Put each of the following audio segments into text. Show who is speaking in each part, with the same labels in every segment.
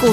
Speaker 1: 股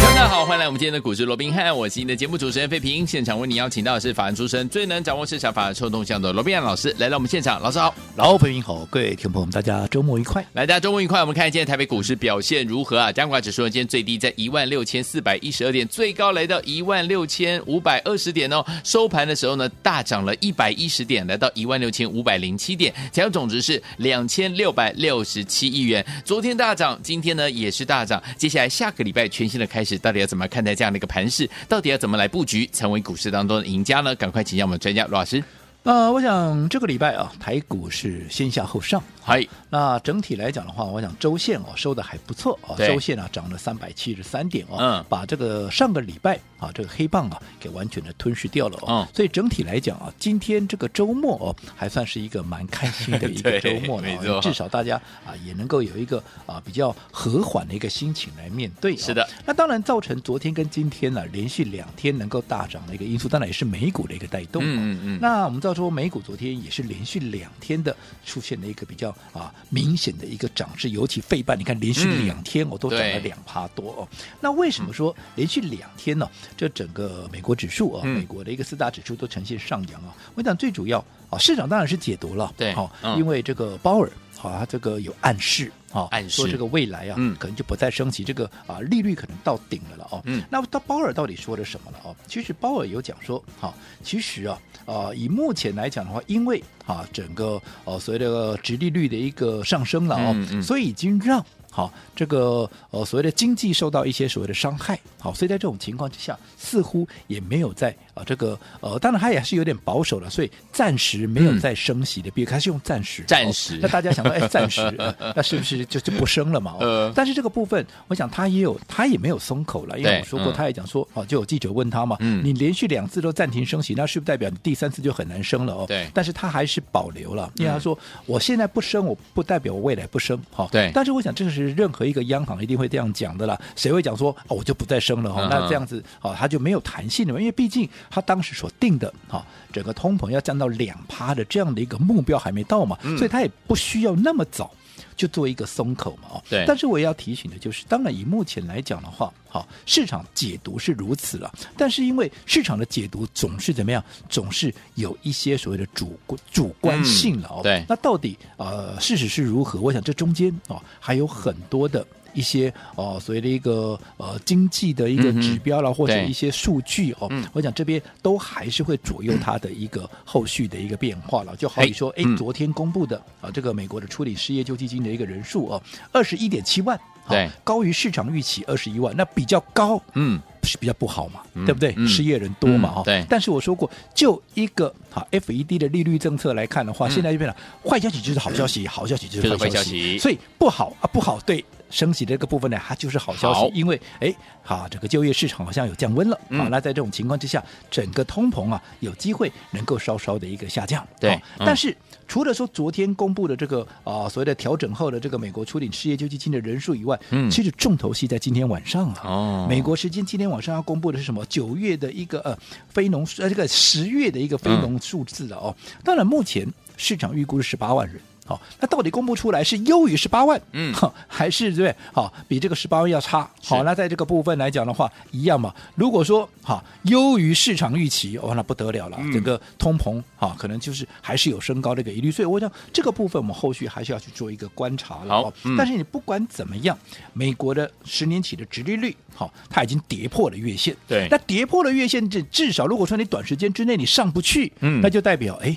Speaker 2: 大家好，欢迎来我们今天的股市罗宾汉，我是你的节目主持人费平。现场为你邀请到的是法案出身、最能掌握市场法案臭动向的罗宾汉老师来到我们现场，老师好。
Speaker 3: 老朋友好，各位听众朋友们，大家周末愉快。
Speaker 2: 来，大家周末愉快。我们看今天台北股市表现如何啊？加权指数呢今天最低在一万六千四百一十二点，最高来到一万六千五百二十点哦。收盘的时候呢，大涨了一百一十点，来到一万六千五百零七点，成交总值是两千六百六十七亿元。昨天大涨，今天呢也是大涨。接下来下个礼拜全新的开始，到底要怎么看待这样的一个盘势？到底要怎么来布局，成为股市当中的赢家呢？赶快请教我们专家罗老师。
Speaker 3: 呃，我想这个礼拜啊，台股是先下后上。
Speaker 2: 嗨，
Speaker 3: 那整体来讲的话，我想周线哦收的还不错啊，
Speaker 2: 对
Speaker 3: 周线啊涨了三百七十三点哦，
Speaker 2: 嗯
Speaker 3: 把这个上个礼拜啊这个黑棒啊给完全的吞噬掉了哦，
Speaker 2: 嗯
Speaker 3: 所以整体来讲啊，今天这个周末哦还算是一个蛮开心的一个 周
Speaker 2: 对
Speaker 3: 末了
Speaker 2: 没
Speaker 3: 哦、
Speaker 2: 错
Speaker 3: 至少大家啊也能够有一个啊比较和缓的一个心情来面对、哦。
Speaker 2: 是的，
Speaker 3: 那当然造成昨天跟今天呢、啊连续两天能够大涨的一个因素，当然也是美股的一个带动、哦。
Speaker 2: 嗯嗯嗯
Speaker 3: 那我们知道说，美股昨天也是连续两天的出现了一个比较啊明显的一个涨势，尤其费半，你看连续
Speaker 2: 嗯
Speaker 3: 两天我、哦、都涨了
Speaker 2: 对
Speaker 3: 两趴多哦。那为什么说连续两天呢、这整个美国指数啊，
Speaker 2: 嗯
Speaker 3: 美国的一个四大指数都呈现上扬啊。我想最主要啊，市场当然是解读了，
Speaker 2: 对
Speaker 3: 好、
Speaker 2: 嗯
Speaker 3: 因为这个鲍尔啊，他这个有暗示。啊，
Speaker 2: 暗
Speaker 3: 说
Speaker 2: 示
Speaker 3: 这个未来啊，
Speaker 2: 嗯
Speaker 3: 可能就不再升息，这个啊利率可能到顶了了哦。
Speaker 2: 嗯
Speaker 3: 那到鲍尔到底说了什么了哦？其实鲍尔有讲说，好、其实啊，呃，以目前来讲的话，因为啊，整个呃所谓的直利率的一个上升了哦，
Speaker 2: 嗯嗯
Speaker 3: 所以已经让。好，这个呃所谓的经济受到一些所谓的伤害，好，所以在这种情况之下，似乎也没有在啊、这个呃，当然他也是有点保守了，所以暂时没有
Speaker 2: 嗯
Speaker 3: 在升息的必要，他是用暂时，
Speaker 2: 暂
Speaker 3: 哦
Speaker 2: 时
Speaker 3: 那大家想到哎， 暂时，呃那是不是就就不升了嘛？哦
Speaker 2: 呃
Speaker 3: 但是这个部分，我想他也有，他也没有松口了，因为
Speaker 2: 对
Speaker 3: 我说过，
Speaker 2: 嗯
Speaker 3: 他也讲说，哦，就有记者问他嘛，
Speaker 2: 嗯
Speaker 3: 你连续两次都暂停升息，那是不是代表你第三次就很难升了哦？
Speaker 2: 对嗯
Speaker 3: 但是他还是保留了，因为他说、我现在不升，我不代表我未来不升，哈、
Speaker 2: 对
Speaker 3: 但是我想，这是任何一个央行一定会这样讲的啦，谁会讲说，哦，我就不再升了哈、
Speaker 2: 嗯
Speaker 3: 那这样子，哦，他就没有弹性了嘛，因为毕竟他当时所定的，哈、整个通膨要降到两趴的这样的一个目标还没到嘛，
Speaker 2: 嗯
Speaker 3: 所以他也不需要那么早。就做一个松口嘛，哦，
Speaker 2: 对
Speaker 3: 但是我也要提醒的就是，当然以目前来讲的话，好，市场解读是如此了，但是因为市场的解读总是怎么样，总是有一些所谓的主观主观性了哦。
Speaker 2: 嗯对
Speaker 3: 那到底呃事实是如何？我想这中间哦还有很多的。一些哦，所谓的一个呃经济的一个
Speaker 2: 嗯哼
Speaker 3: 指标啦，或者
Speaker 2: 对
Speaker 3: 一些数据哦，
Speaker 2: 嗯
Speaker 3: 我想这边都还是会左右它的一个后续的一个变化了。就好
Speaker 2: 哎
Speaker 3: 比说，哎
Speaker 2: 嗯，
Speaker 3: 昨天公布的啊，这个美国的处理失业救济金的一个人数哦，二十一点七万，好
Speaker 2: 对
Speaker 3: 高于市场预期二十一万，那比较高，
Speaker 2: 嗯，
Speaker 3: 是比较不好嘛，对不对？
Speaker 2: 嗯
Speaker 3: 失业人多嘛，
Speaker 2: 嗯
Speaker 3: 哈、
Speaker 2: 对
Speaker 3: 但是我说过，就一个好 FED 的利率政策来看的话，现在就变了，坏消息就是好消息，好消息就
Speaker 2: 嗯就是是
Speaker 3: 坏
Speaker 2: 坏消
Speaker 3: 消
Speaker 2: 息
Speaker 3: 息。所以不好啊，不好对。升息的这个部分呢，它就是好消息
Speaker 2: 好，
Speaker 3: 因为哎，好、这个就业市场好像有降温了、
Speaker 2: 嗯
Speaker 3: 啊。那在这种情况之下，整个通膨啊有机会能够稍稍的一个下降。
Speaker 2: 对
Speaker 3: 啊
Speaker 2: 嗯
Speaker 3: 但是除了说昨天公布的这个啊、所谓的调整后的这个美国处理失业救济金的人数以外，
Speaker 2: 嗯
Speaker 3: 其实重头戏在今天晚上啊，
Speaker 2: 哦
Speaker 3: 美国时间今天晚上要公布的是什么？九月的一个呃非农呃这个十月的一个非农数字了哦。当然，目前市场预估是十八万人。好、那到底公布出来是优于十八万，
Speaker 2: 嗯
Speaker 3: 哼，还是对不对？好、比这个十八万要差。好、
Speaker 2: 是
Speaker 3: 那在这个部分来讲的话，一样嘛。如果说哈、优于市场预期，哦，那不得了了，
Speaker 2: 嗯
Speaker 3: 整个通膨哈、可能就是还是有升高的一个疑虑。所以我想这个部分我们后续还是要去做一个观察了。
Speaker 2: 好
Speaker 3: 哦
Speaker 2: 嗯
Speaker 3: 但是你不管怎么样，美国的十年期的殖利率，好、它已经跌破了月线。
Speaker 2: 对
Speaker 3: 那跌破了月线，至至少如果说你短时间之内你上不去，
Speaker 2: 嗯
Speaker 3: 那就代表哎，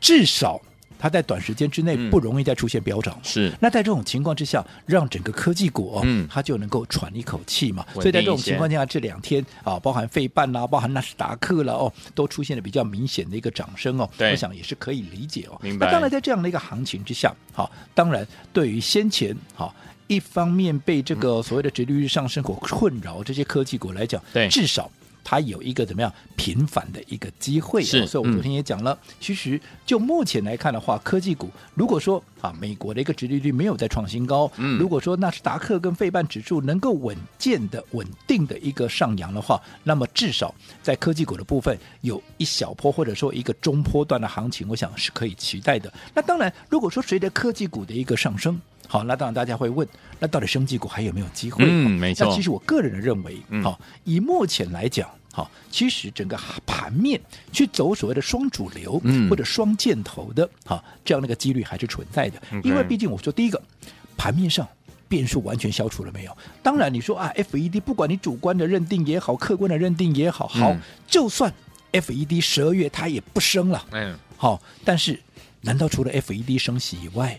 Speaker 3: 至少它在短时间之内
Speaker 2: 嗯
Speaker 3: 不容易再出现飙涨。
Speaker 2: 是
Speaker 3: 那在这种情况之下，让整个科技股、哦，
Speaker 2: 嗯
Speaker 3: 它就能够喘一口气嘛。
Speaker 2: 稳定一些
Speaker 3: 所以在这种情况下，这两天啊，包含费半啦，包含纳斯达克啦，哦，都出现了比较明显的一个涨升哦。
Speaker 2: 对
Speaker 3: 我想也是可以理解哦。
Speaker 2: 明白
Speaker 3: 那当然，在这样的一个行情之下，好、当然对于先前好。
Speaker 2: 嗯
Speaker 3: 一方面被这个所谓的殖利率上升所困扰，这些科技股来讲，
Speaker 2: 对
Speaker 3: 至少它有一个怎么样平反的一个机会、哦。
Speaker 2: 是嗯
Speaker 3: 所以我昨天也讲了，其实就目前来看的话，科技股如果说啊，美国的一个殖利率没有再创新高，
Speaker 2: 嗯
Speaker 3: 如果说纳斯达克跟费半指数能够稳健的、稳定的一个上扬的话，那么至少在科技股的部分有一小波或者说一个中波段的行情，我想是可以期待的。那当然，如果说随着科技股的一个上升，好，那当然大家会问，那到底生技股还有没有机会？
Speaker 2: 嗯没错
Speaker 3: 那其实我个人的认为，好、
Speaker 2: 嗯
Speaker 3: 以目前来讲。好，其实整个盘面去走所谓的双主流，
Speaker 2: 嗯
Speaker 3: 或者双箭头的，好，这样的一个几率还是存在的。
Speaker 2: OK
Speaker 3: 因为毕竟我说第一个，盘面上变数完全消除了没有？当然，你说啊，FED 不管你主观的认定也好，客观的认定也好，好，
Speaker 2: 嗯
Speaker 3: 就算 FED 十二月它也不升了，
Speaker 2: 嗯，
Speaker 3: 好，但是难道除了 FED 升息以外，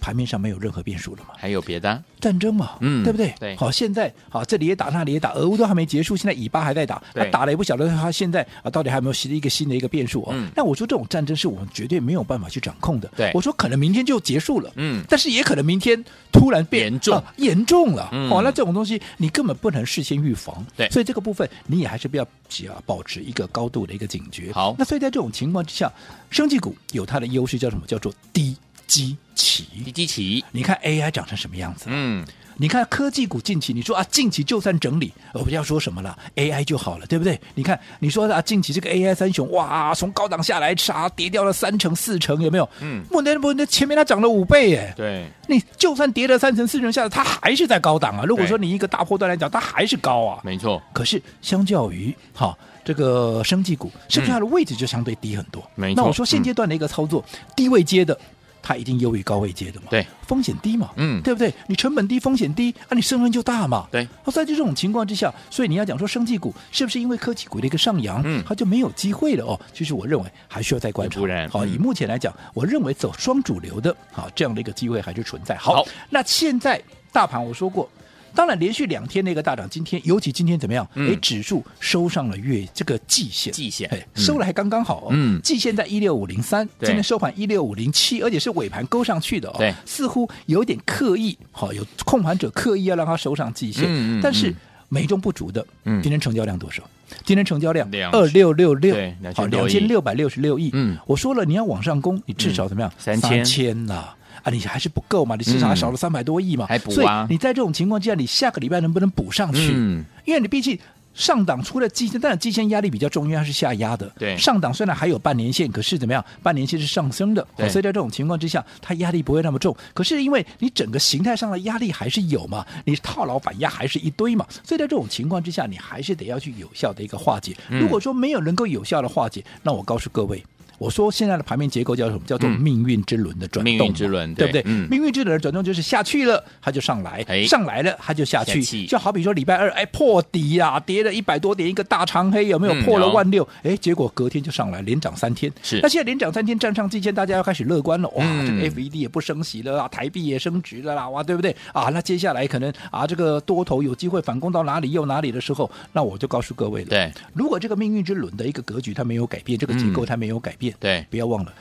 Speaker 3: 盘面上没有任何变数了吗？
Speaker 2: 还有别的啊？
Speaker 3: 战争嘛，
Speaker 2: 嗯
Speaker 3: 对不对？
Speaker 2: 对
Speaker 3: 好，现在好，这里也打，那里也打，俄乌都还没结束，现在以巴还在打，
Speaker 2: 对
Speaker 3: 那打了也不晓得他现在啊到底还有没有新的一个新的一个变数哦。
Speaker 2: 嗯
Speaker 3: 那我说这种战争是我们绝对没有办法去掌控的。
Speaker 2: 对
Speaker 3: 我说可能明天就结束了，
Speaker 2: 嗯
Speaker 3: 但是也可能明天突然变
Speaker 2: 严重
Speaker 3: 啊严重了。
Speaker 2: 嗯
Speaker 3: 哦，那这种东西你根本不能事先预防，
Speaker 2: 对
Speaker 3: 所以这个部分你也还是不要啊保持一个高度的一个警觉。
Speaker 2: 好
Speaker 3: 那所以在这种情况之下，生技股有它的优势叫什么？叫做低基期。
Speaker 2: 低基期，
Speaker 3: 你看 AI 长成什么样子？
Speaker 2: 嗯，
Speaker 3: 你看科技股近期，你说啊，近期就算整理，我不要说什么了，AI 就好了，对不对？你看，你说啊，近期这个 AI 三雄，哇，从高档下来，啥跌掉了三成四成，有没有？
Speaker 2: 嗯
Speaker 3: 不能不能，前面它涨了五倍耶。
Speaker 2: 对，
Speaker 3: 你就算跌了三成四成下来，它还是在高档啊。如果
Speaker 2: 对
Speaker 3: 说你一个大波段来讲，它还是高啊。
Speaker 2: 没错，
Speaker 3: 可是相较于哈、这个生技股，是不是它的位置就相对低很多？
Speaker 2: 没错嗯
Speaker 3: 那我说现阶段的一个操作，低位接的。它一定优于高位接的嘛？
Speaker 2: 对，
Speaker 3: 风险低嘛，
Speaker 2: 嗯
Speaker 3: 对不对？你成本低，风险低，啊，你胜算就大嘛。
Speaker 2: 对
Speaker 3: 哦，在这种情况之下，所以你要讲说生技股是不是因为科技股的一个上扬，
Speaker 2: 嗯
Speaker 3: 它就没有机会了哦？其实我认为还需要再观察。
Speaker 2: 不然
Speaker 3: 好，
Speaker 2: 嗯
Speaker 3: 以目前来讲，我认为走双主流的，好这样的一个机会还是存在。
Speaker 2: 好
Speaker 3: 那现在大盘我说过，当然连续两天的一个大涨，今天尤其今天怎么样？
Speaker 2: 嗯
Speaker 3: 哎，指数收上了月这个季线，
Speaker 2: 季线
Speaker 3: 哎，
Speaker 2: 嗯
Speaker 3: 收了还刚刚好哦。
Speaker 2: 嗯
Speaker 3: 季线在一六五零三，
Speaker 2: 对
Speaker 3: 今天收盘一六五零七，而且是尾盘勾上去的哦。
Speaker 2: 对
Speaker 3: 似乎有点刻意，好、有控盘者刻意要让它收上季线，
Speaker 2: 嗯嗯
Speaker 3: 但是
Speaker 2: 嗯
Speaker 3: 美中不足的，
Speaker 2: 嗯
Speaker 3: 今天成交量多少？今天成交量
Speaker 2: 两
Speaker 3: 二六六六
Speaker 2: 对，
Speaker 3: 好，
Speaker 2: 2600
Speaker 3: 两千六百六十六亿。
Speaker 2: 嗯
Speaker 3: 我说了，你要往上攻，你至少怎么样？
Speaker 2: 嗯3000
Speaker 3: 千呐、啊，你还是不够嘛？你至少还少了三百多亿嘛？
Speaker 2: 嗯还补啊
Speaker 3: 所以你在这种情况之下，你下个礼拜能不能补上去？
Speaker 2: 嗯
Speaker 3: 因为你毕竟上档除了季线，当然季线压力比较重，因为它是下压的。
Speaker 2: 对
Speaker 3: 上档虽然还有半年线，可是怎么样？半年线是上升的，
Speaker 2: 对
Speaker 3: 哦所以在这种情况之下，它压力不会那么重。可是因为你整个形态上的压力还是有嘛，你套牢反压还是一堆嘛，所以在这种情况之下，你还是得要去有效的一个化解。
Speaker 2: 嗯
Speaker 3: 如果说没有能够有效的化解，那我告诉各位。我说现在的盘面结构叫什么？叫做
Speaker 2: 嗯
Speaker 3: 命运之轮的转动嘛，
Speaker 2: 命运之轮
Speaker 3: 对不
Speaker 2: 对
Speaker 3: 对？
Speaker 2: 嗯
Speaker 3: 命运之轮的转动就是下去了，它就上来；
Speaker 2: 哎
Speaker 3: 上来了，它就下啊去。
Speaker 2: 下去
Speaker 3: 就好比说礼拜二，哎，破底啊，跌了一百多点，一个大长黑，有没有
Speaker 2: 嗯
Speaker 3: 破了
Speaker 2: 有
Speaker 3: 万六？哎，结果隔天就上来，连涨三天。
Speaker 2: 是
Speaker 3: 那现在连涨三天，站上季线，大家要开始乐观了。哇，
Speaker 2: 嗯
Speaker 3: 这个 FED 也不升息了啦，台币也升值了啦，哇，对不对？啊，那接下来可能啊，这个多头有机会反攻到哪里又哪里的时候，那我就告诉各位了，
Speaker 2: 对，
Speaker 3: 如果这个命运之轮的一个格局它没有改变，这个结构
Speaker 2: 嗯
Speaker 3: 它没有改变，
Speaker 2: 对，
Speaker 3: 不要忘了。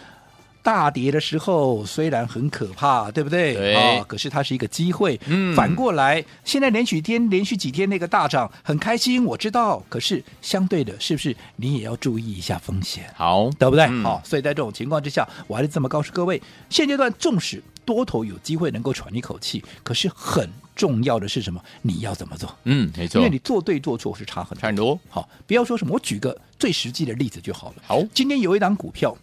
Speaker 3: 大跌的时候虽然很可怕，对不对？
Speaker 2: 对
Speaker 3: 啊，可是它是一个机会。
Speaker 2: 嗯
Speaker 3: 反过来，现在连续天连续几天那个大涨，很开心，我知道。可是相对的，是不是你也要注意一下风险？
Speaker 2: 好，
Speaker 3: 对不对？好、
Speaker 2: 嗯
Speaker 3: 所以在这种情况之下，我还是这么告诉各位：现阶段纵使多头有机会能够喘一口气，可是很重要的是什么？你要怎么做？
Speaker 2: 嗯，没
Speaker 3: 因
Speaker 2: 错
Speaker 3: 为，你做对做错是差很多
Speaker 2: 差。很多，
Speaker 3: 好，不要说什么，我举个最实际的例子就好了。
Speaker 2: 好，
Speaker 3: 今天有一档股票，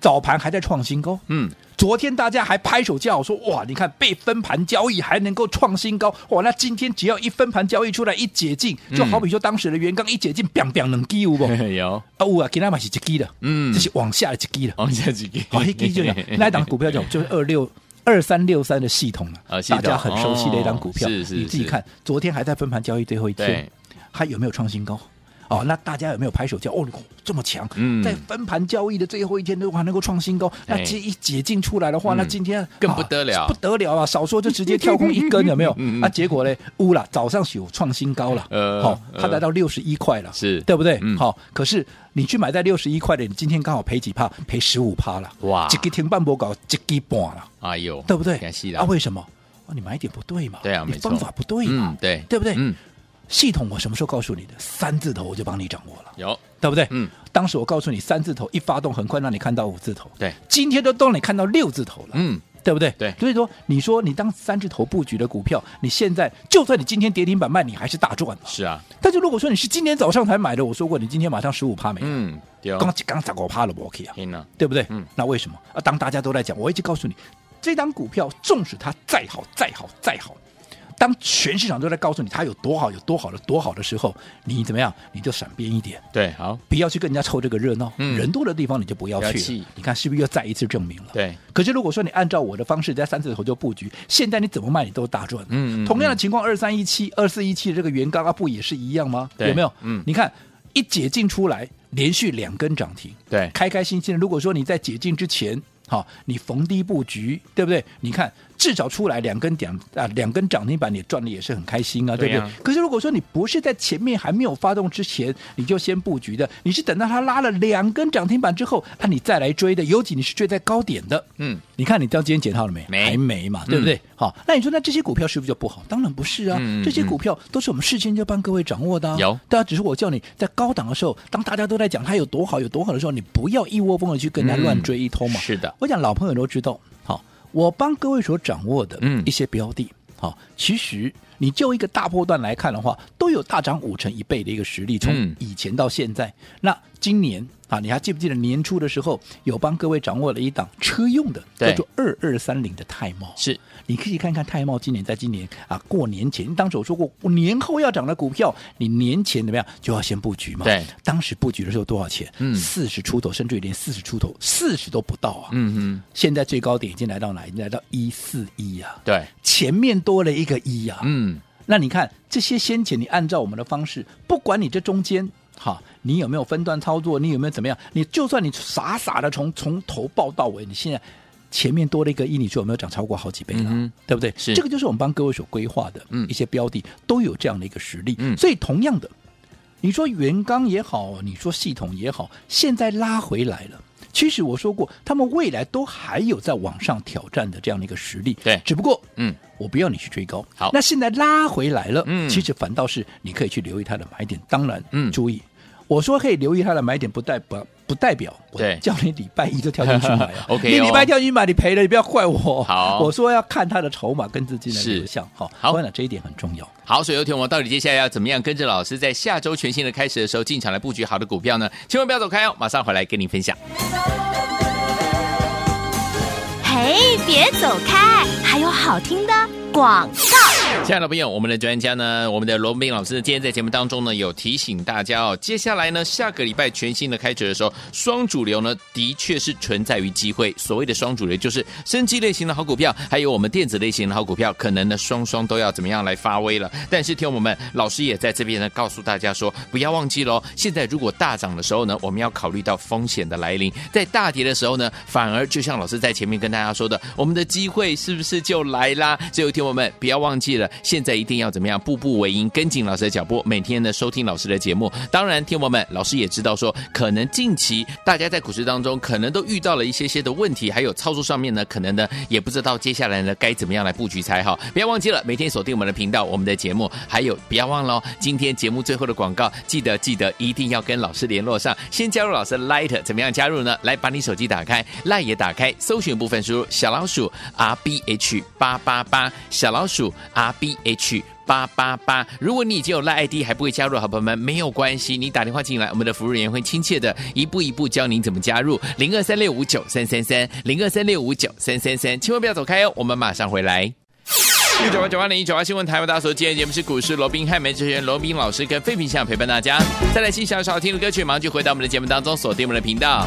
Speaker 3: 早盘还在创新高，
Speaker 2: 嗯，
Speaker 3: 昨天大家还拍手叫好说哇，你看被分盘交易还能够创新高，哇，那今天只要一分盘交易出来一解禁，
Speaker 2: 嗯
Speaker 3: 就好比说当时的元刚一解禁，biang biang 能低有不？
Speaker 2: 有，
Speaker 3: 啊有啊，今天嘛是一低的，
Speaker 2: 嗯
Speaker 3: 这，是往下的一低的，
Speaker 2: 往下几个，
Speaker 3: 好，一低就讲 那一档股票讲就是二六。二三六三的系统了、
Speaker 2: 啊系统
Speaker 3: 大家很熟悉的一档股票，
Speaker 2: 哦是是
Speaker 3: 你自己
Speaker 2: 是
Speaker 3: 看，昨天还在分盘交易最后一天
Speaker 2: 对，
Speaker 3: 它有没有创新高？哦，那大家有没有拍手叫？哦，这么强！
Speaker 2: 嗯
Speaker 3: 在分盘交易的最后一天都还能够创新高，那
Speaker 2: 哎
Speaker 3: 这一解禁出来的话，
Speaker 2: 嗯
Speaker 3: 那今天
Speaker 2: 更
Speaker 3: 啊
Speaker 2: 不得了
Speaker 3: 不得了啊！少说就直接跳空一根，有没有
Speaker 2: 嗯嗯？
Speaker 3: 啊，结果嘞，乌啦，早上有创新高了，
Speaker 2: 呃
Speaker 3: 好，
Speaker 2: 呃
Speaker 3: 它来到六十一块了，
Speaker 2: 是
Speaker 3: 对不对
Speaker 2: 嗯？
Speaker 3: 好，可是你去买在六十一块的，你今天刚好赔几趴？赔十五趴了，
Speaker 2: 哇
Speaker 3: 一个停半波搞一个半了，
Speaker 2: 哎呦，
Speaker 3: 对不对
Speaker 2: 感谢？
Speaker 3: 啊，
Speaker 2: 啦，
Speaker 3: 为什么？哦你买点不对嘛，
Speaker 2: 对啊
Speaker 3: 你
Speaker 2: 没错
Speaker 3: 方法不对嘛
Speaker 2: 嗯，，对，
Speaker 3: 对不对？
Speaker 2: 嗯，
Speaker 3: 系统我什么时候告诉你的？三字头我就帮你掌握了，
Speaker 2: 有
Speaker 3: 对不对？
Speaker 2: 嗯，
Speaker 3: 当时我告诉你三字头一发动，很快让你看到五字头，
Speaker 2: 对，
Speaker 3: 今天都都让你看到六字头了，
Speaker 2: 嗯，
Speaker 3: 对不对？
Speaker 2: 对
Speaker 3: 所以说你说你当三字头布局的股票，你现在就算你今天跌停板卖，你还是大赚的。
Speaker 2: 是啊，
Speaker 3: 但是如果说你是今天早上才买的，我说过你今天马上十五趴没了，
Speaker 2: 嗯，对
Speaker 3: 刚
Speaker 2: 哦，
Speaker 3: 刚涨我趴了不 OK 啊？
Speaker 2: 天哪，
Speaker 3: 对不对？
Speaker 2: 嗯
Speaker 3: 那为什么啊？当大家都在讲，我一直告诉你，这张股票纵使它再好、再好、再好，当全市场都在告诉你它有多好、有多好的、多好的时候，你怎么样？你就闪边一点，
Speaker 2: 对，好，
Speaker 3: 不要去跟人家凑这个热闹。
Speaker 2: 嗯
Speaker 3: 人多的地方你就不要
Speaker 2: 不要
Speaker 3: 去
Speaker 2: 去
Speaker 3: 了。你看是不是又再一次证明了？。
Speaker 2: 对，
Speaker 3: 可是如果说你按照我的方式在三字头就布局，现在你怎么卖你都大赚。
Speaker 2: 嗯嗯嗯
Speaker 3: 同样的情况，二三一七、二四一七这个原刚啊，不也是一样吗？
Speaker 2: 对
Speaker 3: 有没有？
Speaker 2: 嗯
Speaker 3: 你看一解禁出来，连续两根涨停，
Speaker 2: 对，
Speaker 3: 开开心心的。如果说你在解禁之前，好、你逢低布局，对不对？你看至少出来两根点啊，两根涨停板，你赚的也是很开心啊，对
Speaker 2: 对
Speaker 3: 不对？
Speaker 2: 呀
Speaker 3: 可是如果说你不是在前面还没有发动之前，你就先布局的，你是等到它拉了两根涨停板之后，啊，你再来追的，尤其你是追在高点的，
Speaker 2: 嗯，
Speaker 3: 你看你到今天解套了没？
Speaker 2: 没嗯
Speaker 3: 还没嘛，对不对？好，那你说那这些股票是不是就不好？当然不是啊，
Speaker 2: 嗯嗯
Speaker 3: 这些股票都是我们事先就帮各位掌握的、啊。
Speaker 2: 有
Speaker 3: 对啊，只是我叫你在高档的时候，当大家都在讲它有多好、有多好的时候，你不要一窝蜂的去跟人家乱追一通嘛。
Speaker 2: 嗯是的
Speaker 3: 我讲老朋友都知道，好，我帮各位所掌握的
Speaker 2: 嗯
Speaker 3: 一些标的，好，其实你就一个大波段来看的话，都有大涨五成一倍的一个实力，从
Speaker 2: 嗯
Speaker 3: 以前到现在。那今年啊，你还记不记得年初的时候有帮各位掌握了一档车用的，
Speaker 2: 对
Speaker 3: 叫做二二三零的泰茂？
Speaker 2: 是，
Speaker 3: 你可以看看泰茂今年在今年啊过年前，当时我说过年后要涨的股票，你年前怎么样就要先布局嘛？
Speaker 2: 对，
Speaker 3: 当时布局的时候多少钱？
Speaker 2: 嗯
Speaker 3: 四十出头，甚至于连四十出头，四十都不到啊。
Speaker 2: 嗯嗯，
Speaker 3: 现在最高点已经来到哪？已经来到一四一啊，
Speaker 2: 对，
Speaker 3: 前面多了一个一啊。
Speaker 2: 嗯，
Speaker 3: 那你看这些先前你按照我们的方式，不管你这中间。哈，你有没有分段操作？你有没有怎么样？你就算你傻傻的从从头报到尾，你现在前面多了一个一，你说有没有涨超过好几倍了？
Speaker 2: 嗯哼
Speaker 3: 对不对？
Speaker 2: 是
Speaker 3: 这个就是我们帮各位所规划的
Speaker 2: 嗯
Speaker 3: 一些标的、都有这样的一个实力。
Speaker 2: 嗯
Speaker 3: 所以同样的，你说原钢也好，你说系统也好，现在拉回来了。其实我说过，他们未来都还有在往上挑战的这样的一个实力。
Speaker 2: 对
Speaker 3: 只不过，
Speaker 2: 嗯，
Speaker 3: 我不要你去追高。
Speaker 2: 好
Speaker 3: 那现在拉回来了，
Speaker 2: 嗯
Speaker 3: 其实反倒是你可以去留意它的买点。当然，
Speaker 2: 嗯
Speaker 3: 注意，我说可以留意它的买点，不代表不代表我
Speaker 2: 对
Speaker 3: 叫你礼拜一就跳进去买 啊
Speaker 2: OK
Speaker 3: 你礼
Speaker 2: 哦
Speaker 3: 拜跳进去买，你赔了，你不要怪我。
Speaker 2: 好
Speaker 3: 我说要看它的筹码跟资金的
Speaker 2: 是
Speaker 3: 流向。好，
Speaker 2: 好
Speaker 3: 我想这一点很重要。
Speaker 2: 好，所以有听我们到底接下来要怎么样跟着老师在下周全新的开始的时候进场来布局好的股票呢？千万不要走开哦，马上回来跟您分享。
Speaker 1: 嘿，别走开，还有好听的广告。
Speaker 2: 亲爱的朋友，我们的专家呢，我们的罗文斌老师呢，今天在节目当中呢，有提醒大家哦，接下来呢，下个礼拜全新的开始的时候，双主流呢，的确是存在于机会。所谓的双主流，就是生机类型的好股票，还有我们电子类型的好股票，可能呢，双双都要怎么样来发威了。但是，听我们，老师也在这边呢，告诉大家说，不要忘记喽，现在如果大涨的时候呢，我们要考虑到风险的来临；在大跌的时候呢，反而就像老师在前面跟大家说的，我们的机会是不是就来啦？所以，有听我们不要忘记了，现在一定要怎么样，步步为营，跟紧老师的脚步，每天呢收听老师的节目。当然，听我们老师也知道说，可能近期大家在股市当中可能都遇到了一些些的问题，还有操作上面呢，可能呢也不知道接下来呢该怎么样来布局才好。不要忘记了，每天锁定我们的频道，我们的节目，还有不要忘了哦，今天节目最后的广告，记得记得一定要跟老师联络上，先加入老师的 Light，怎么样加入呢？来把你手机打开，Light 也打开，搜寻部分输入小老鼠 R B H 八八八，小老鼠 R B H。八八八。如果你已经有 l ID 还不会加入，好朋友们没有关系，你打电话进来，我们的服务人员会亲切的一步一步教您怎么加入零二三六五九三三三零二三六五九三三三，千万不要走开哦，我们马上回来。六九八九八零一九八新闻台，为大家所今天节目是股市罗宾汉梅职员罗宾老师跟费平想陪伴大家。再来欣赏一首好听的歌曲，马上就回到我们的节目当中，锁定我们的频道。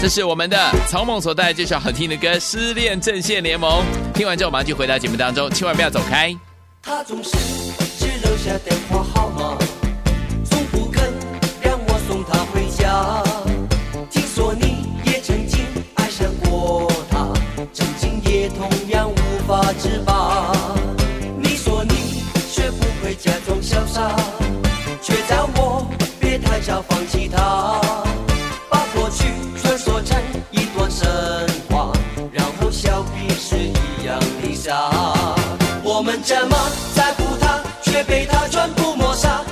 Speaker 2: 这是我们的草蜢所带来这首好听的歌《失恋阵线联盟》。听完之后，马上就回到节目当中，千万不要走开。
Speaker 4: 他总是只留下电话号码，从不肯让我送他回家。听说你也曾经爱上过他，曾经也同样无法自拔。你说你学不会假装潇洒，却叫我别太早放弃他。把过去穿梭成一段神话，然后笑彼此一样的傻。我们这么在乎他，却被他全部抹杀。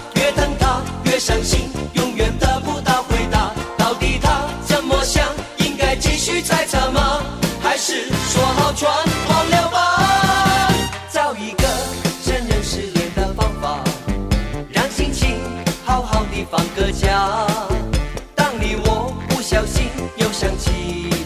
Speaker 4: 船跑了吧。找一个承认失恋的方法，让心情好好的放个假。当你我不小心又想起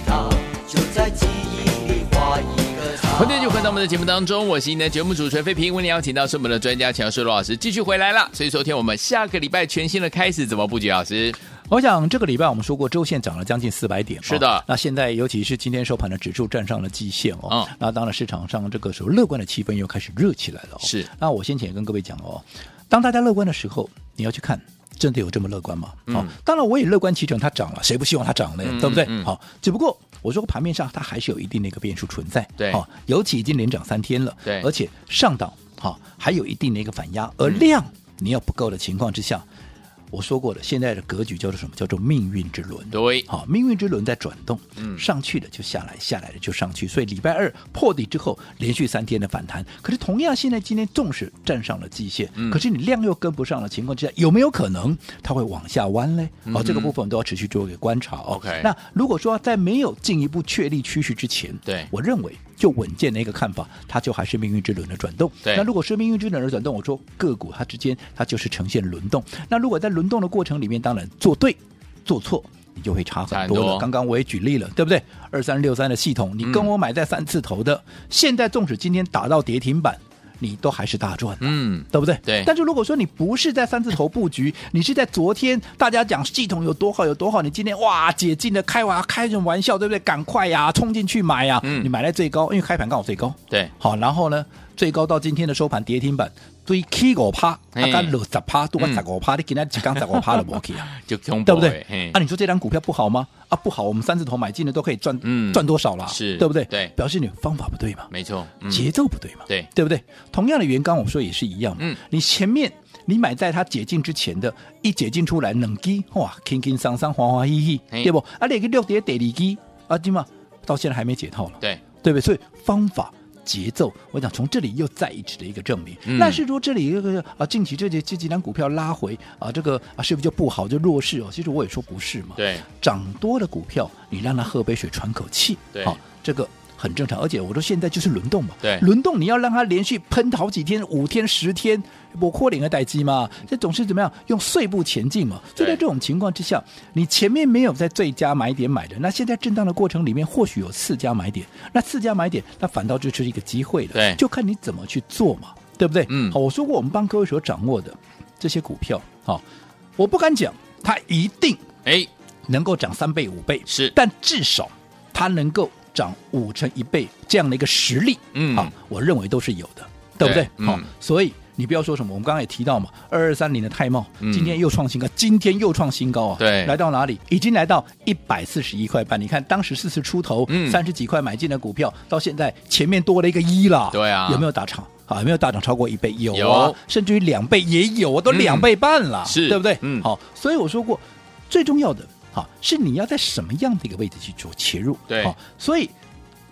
Speaker 4: 他，就在记忆里画一个叉。
Speaker 2: 欢迎就回到我们的节目当中，我是您的节目主持人费平，为您邀请到是我们的专家乔世罗老师继续回来了。所以昨天我们下个礼拜全新的开始怎么布局？老师，
Speaker 3: 我想这个礼拜我们说过，周线涨了将近四百点嘛，哦
Speaker 2: 是的
Speaker 3: 那现在尤其是今天收盘的指数站上了季线哦，
Speaker 2: 嗯
Speaker 3: 那当然市场上这个时候乐观的气氛又开始热起来了、哦。
Speaker 2: 是
Speaker 3: 那我先前也跟各位讲哦，当大家乐观的时候，你要去看。真的有这么乐观吗？好、当然我也乐观其成，它涨了，谁不希望它涨呢？对不对？
Speaker 2: 嗯嗯嗯
Speaker 3: 好，只不过我说盘面上它还是有一定的一个变数存在。
Speaker 2: 对
Speaker 3: 好、尤其已经连涨三天了，
Speaker 2: 对嗯
Speaker 3: 而且上档好、还有一定的一个反压，而量你要不够的情况之下，我说过了，现在的格局叫做什么？叫做命运之轮。
Speaker 2: 对嗯
Speaker 3: 好，命运之轮在转动，上去的就下来，下来的就上去，所以礼拜二破底之后，连续三天的反弹。可是同样，现在今天纵使站上了季线，
Speaker 2: 嗯
Speaker 3: 可是你量又跟不上的情况之下，有没有可能它会往下弯嘞？哦，这个部分我们都要持续做一个观察哦。
Speaker 2: 嗯 OK
Speaker 3: 那如果说在没有进一步确立趋势之前，
Speaker 2: 对
Speaker 3: 我认为就稳健的一个看法，它就还是命运之轮的转动。
Speaker 2: 对
Speaker 3: 那如果是命运之轮的转动，我说个股它之间它就是呈现轮动。那如果在轮动的过程里面，当然做对做错。你就会差
Speaker 2: 差很
Speaker 3: 很多了。
Speaker 2: 多
Speaker 3: 刚刚我也举例了，对不对？二三六三的系统，你跟我买在三字头的，
Speaker 2: 嗯
Speaker 3: 现在纵使今天打到跌停板，你都还是大赚的。
Speaker 2: 嗯，
Speaker 3: 对不对？
Speaker 2: 对
Speaker 3: 但是如果说你不是在三字头布局， 你是在昨天大家讲系统有多好有多好，你今天哇解禁了，开玩开什么玩笑，对不对？赶快呀，冲进去买呀！
Speaker 2: 嗯
Speaker 3: 你买在最高，因为开盘刚好最高。
Speaker 2: 对，
Speaker 3: 好，然后呢，最高到今天的收盘跌停板。对，K 五趴，
Speaker 2: 嘿
Speaker 3: 大概六十趴，多
Speaker 2: 嗯
Speaker 3: 个十五趴，你今天只刚十五趴了不去 啊？
Speaker 2: 就恐
Speaker 3: 对
Speaker 2: 怖
Speaker 3: 不
Speaker 2: 欸
Speaker 3: 对
Speaker 2: 嘿？
Speaker 3: 啊，你说这张股票不好吗？啊，不好，我们三字头买进的都可以赚，
Speaker 2: 嗯
Speaker 3: 赚多少啦？
Speaker 2: 是
Speaker 3: 对不对？
Speaker 2: 对
Speaker 3: 表示你方法不对嘛，
Speaker 2: 没错，嗯
Speaker 3: 节奏不对嘛，
Speaker 2: 对
Speaker 3: 对不对？同样的原刚我说也是一样嘛，
Speaker 2: 嗯
Speaker 3: 你前面你买在它解禁之前的，一解禁出来冷机哇，轻轻桑桑，欢欢喜喜，
Speaker 2: 嘿
Speaker 3: 对不？啊，那个六叠第二机啊，对嘛，到现在还没解套了，
Speaker 2: 对，
Speaker 3: 对不对？所以方法。节奏，我想从这里又再一次的一个证明。
Speaker 2: 嗯
Speaker 3: 那是说这里这个啊，近期这几这几档股票拉回啊，这个啊是不是就不好就弱势哦？其实我也说不是嘛，
Speaker 2: 对，
Speaker 3: 涨多的股票，你让它喝杯水喘口气，
Speaker 2: 对
Speaker 3: 好、这个。很正常，而且我说现在就是轮动嘛，
Speaker 2: 对
Speaker 3: 轮动你要让它连续喷好几天，五天、十天，我扩领个待机嘛，这总是怎么样用碎步前进嘛。所以在
Speaker 2: 对
Speaker 3: 这种情况之下，你前面没有在最佳买点买的，那现在震荡的过程里面或许有次佳买点，那次佳买点，那反倒就是一个机会了，
Speaker 2: 对
Speaker 3: 就看你怎么去做嘛，对不对？
Speaker 2: 嗯
Speaker 3: 好，我说过我们帮各位所掌握的这些股票，好、我不敢讲它一定
Speaker 2: 哎，
Speaker 3: 能够涨三倍五倍
Speaker 2: 是
Speaker 3: 但至少它能够涨五成一倍这样的一个实力，
Speaker 2: 嗯
Speaker 3: 啊，我认为都是有的，对不
Speaker 2: 对
Speaker 3: 对？好、
Speaker 2: 嗯
Speaker 3: 所以你不要说什么，我们刚刚也提到嘛，二二三零的泰茂、
Speaker 2: 嗯
Speaker 3: 今天又创新高，今天又创新高啊，
Speaker 2: 对
Speaker 3: 来到哪里？已经来到一百四十一块半。你看当时四十出头，
Speaker 2: 嗯
Speaker 3: 三十几块买进的股票，到现在前面多了一个一啦，
Speaker 2: 对啊
Speaker 3: 有没有打场？啊，有没有大涨超过一倍？有啊，
Speaker 2: 有
Speaker 3: 甚至于两倍也有啊，都
Speaker 2: 嗯
Speaker 3: 两倍半了，
Speaker 2: 是
Speaker 3: 对不对？
Speaker 2: 嗯
Speaker 3: 好，所以我说过，最重要的好是你要在什么样的一个位置去做切入，
Speaker 2: 对
Speaker 3: 好，所以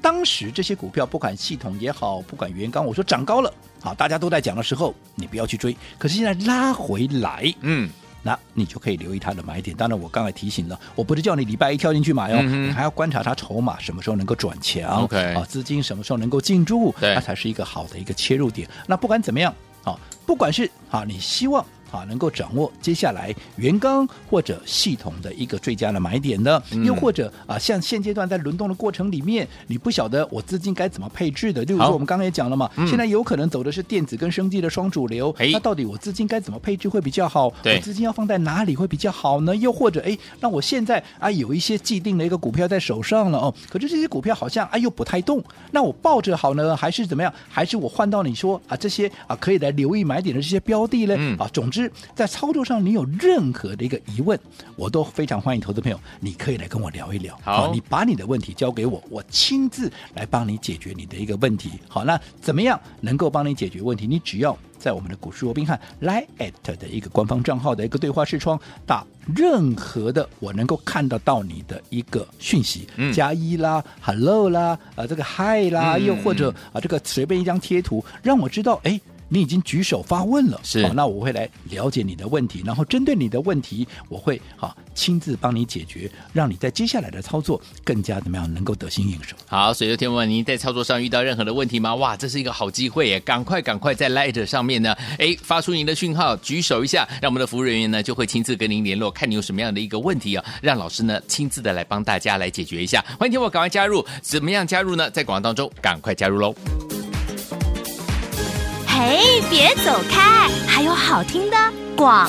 Speaker 3: 当时这些股票，不管系统也好，不管原刚，我说涨高了，好，大家都在讲的时候，你不要去追，可是现在拉回来，
Speaker 2: 嗯，
Speaker 3: 那你就可以留意它的买点。当然，我刚才提醒了，我不是叫你礼拜一跳进去买哦，
Speaker 2: 嗯哼
Speaker 3: 你还要观察它筹码什么时候能够转强
Speaker 2: OK
Speaker 3: 啊，资金什么时候能够进驻，
Speaker 2: 对
Speaker 3: 那才是一个好的一个切入点。那不管怎么样啊，不管是啊，你希望。啊，能够掌握接下来原钢或者系统的一个最佳的买点的，
Speaker 2: 嗯
Speaker 3: 又或者啊，像现阶段在轮动的过程里面，你不晓得我资金该怎么配置的。例如
Speaker 2: 好
Speaker 3: 说，我们刚刚也讲了嘛，
Speaker 2: 嗯
Speaker 3: 现在有可能走的是电子跟生技的双主流
Speaker 2: 哎，
Speaker 3: 那到底我资金该怎么配置会比较好？
Speaker 2: 对
Speaker 3: 我资金要放在哪里会比较好呢？又或者，哎，那我现在啊有一些既定的一个股票在手上了哦，可是这些股票好像啊又不太动，那我抱着好呢，还是怎么样？还是我换到你说啊这些啊可以来留意买点的这些标的呢？
Speaker 2: 嗯
Speaker 3: 啊，总之在操作上你有任何的一个疑问，我都非常欢迎投资朋友，你可以来跟我聊一聊。
Speaker 2: 好
Speaker 3: 啊你把你的问题交给我，我亲自来帮你解决你的一个问题。好，那怎么样能够帮你解决问题？你只要在我们的股市罗宾汉 Line at 的一个官方账号的一个对话视窗打任何的我能够看得到你的一个讯息，
Speaker 2: 嗯
Speaker 3: 加一啦，hello 啦，啊、这个 hi 啦，
Speaker 2: 嗯
Speaker 3: 又或者啊、这个随便一张贴图，让我知道哎。你已经举手发问了，
Speaker 2: 是
Speaker 3: 好那我会来了解你的问题，然后针对你的问题，我会好亲自帮你解决，让你在接下来的操作更加怎么样能够得心应手。
Speaker 2: 好，所以有天文，您在操作上遇到任何的问题吗？哇，这是一个好机会耶！赶快赶快在 Light 上面呢，哎，发出您的讯号，举手一下，让我们的服务人员呢就会亲自跟您联络，看你有什么样的一个问题啊，让老师呢亲自的来帮大家来解决一下。欢迎天我赶快加入，怎么样加入呢？在广告当中赶快加入喽。
Speaker 1: 嘿，别走开，还有好听的广。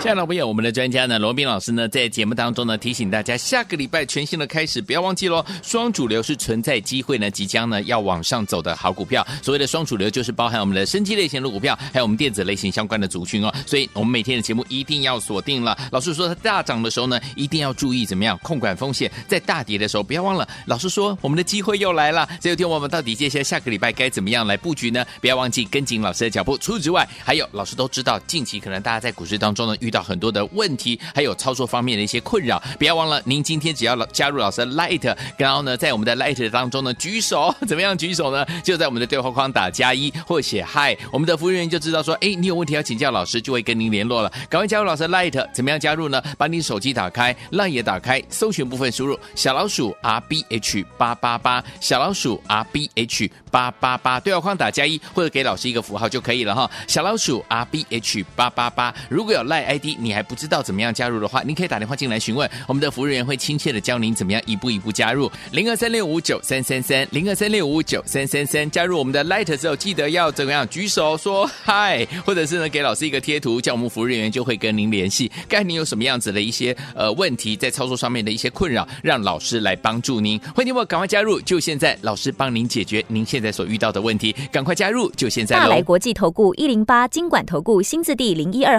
Speaker 2: 亲爱的朋友我们的专家呢，罗斌老师呢，在节目当中呢提醒大家，下个礼拜全新的开始，不要忘记喽，双主流是存在机会呢，即将呢要往上走的好股票。所谓的双主流，就是包含我们的生机类型的股票，还有我们电子类型相关的族群哦。所以我们每天的节目一定要锁定了。老师说，它大涨的时候呢，一定要注意怎么样控管风险，在大跌的时候不要忘了，老师说我们的机会又来了。所以，听我们到底接下来下个礼拜该怎么样来布局呢？不要忘记跟紧老师的脚步。除此之外，还有老师都知道，近期可能大家在股市当中呢遇到很多的问题，还有操作方面的一些困扰。不要忘了，您今天只要老加入老师的 Light，然后呢在我们的 Light 当中呢举手， 怎么样举手呢？就在我们的对话框打加一或写嗨，我们的服务人员就知道说，哎，你有问题要请教老师，就会跟您联络了。赶快加入老师的 Light，怎么样加入呢？把你手机打开，Light 也打开，搜寻部分输入小老鼠 R B H 八八八，小老鼠 R B H 八八八，对话框打加一或者给老师一个符号就可以了哈。小老鼠 R B H 八八八，如果有 Line ID 你还不知道怎么样加入的话，您可以打电话进来询问，我们的服务人员会亲切的教您怎么样一步一步加入。零二三六五九三三三，零二三六五九三三三，加入我们的 Light 之后，记得要怎么样举手说嗨，或者是呢给老师一个贴图，叫我们服务人员就会跟您联系。看你有什么样子的一些呃问题，在操作上面的一些困扰，让老师来帮助您。欢迎我赶快加入，就现在，老师帮您解决您现在所遇到的问题，赶快加入，就现在
Speaker 5: 大
Speaker 2: 喽
Speaker 5: 来！国际投顾一零八金管投顾新字第零一二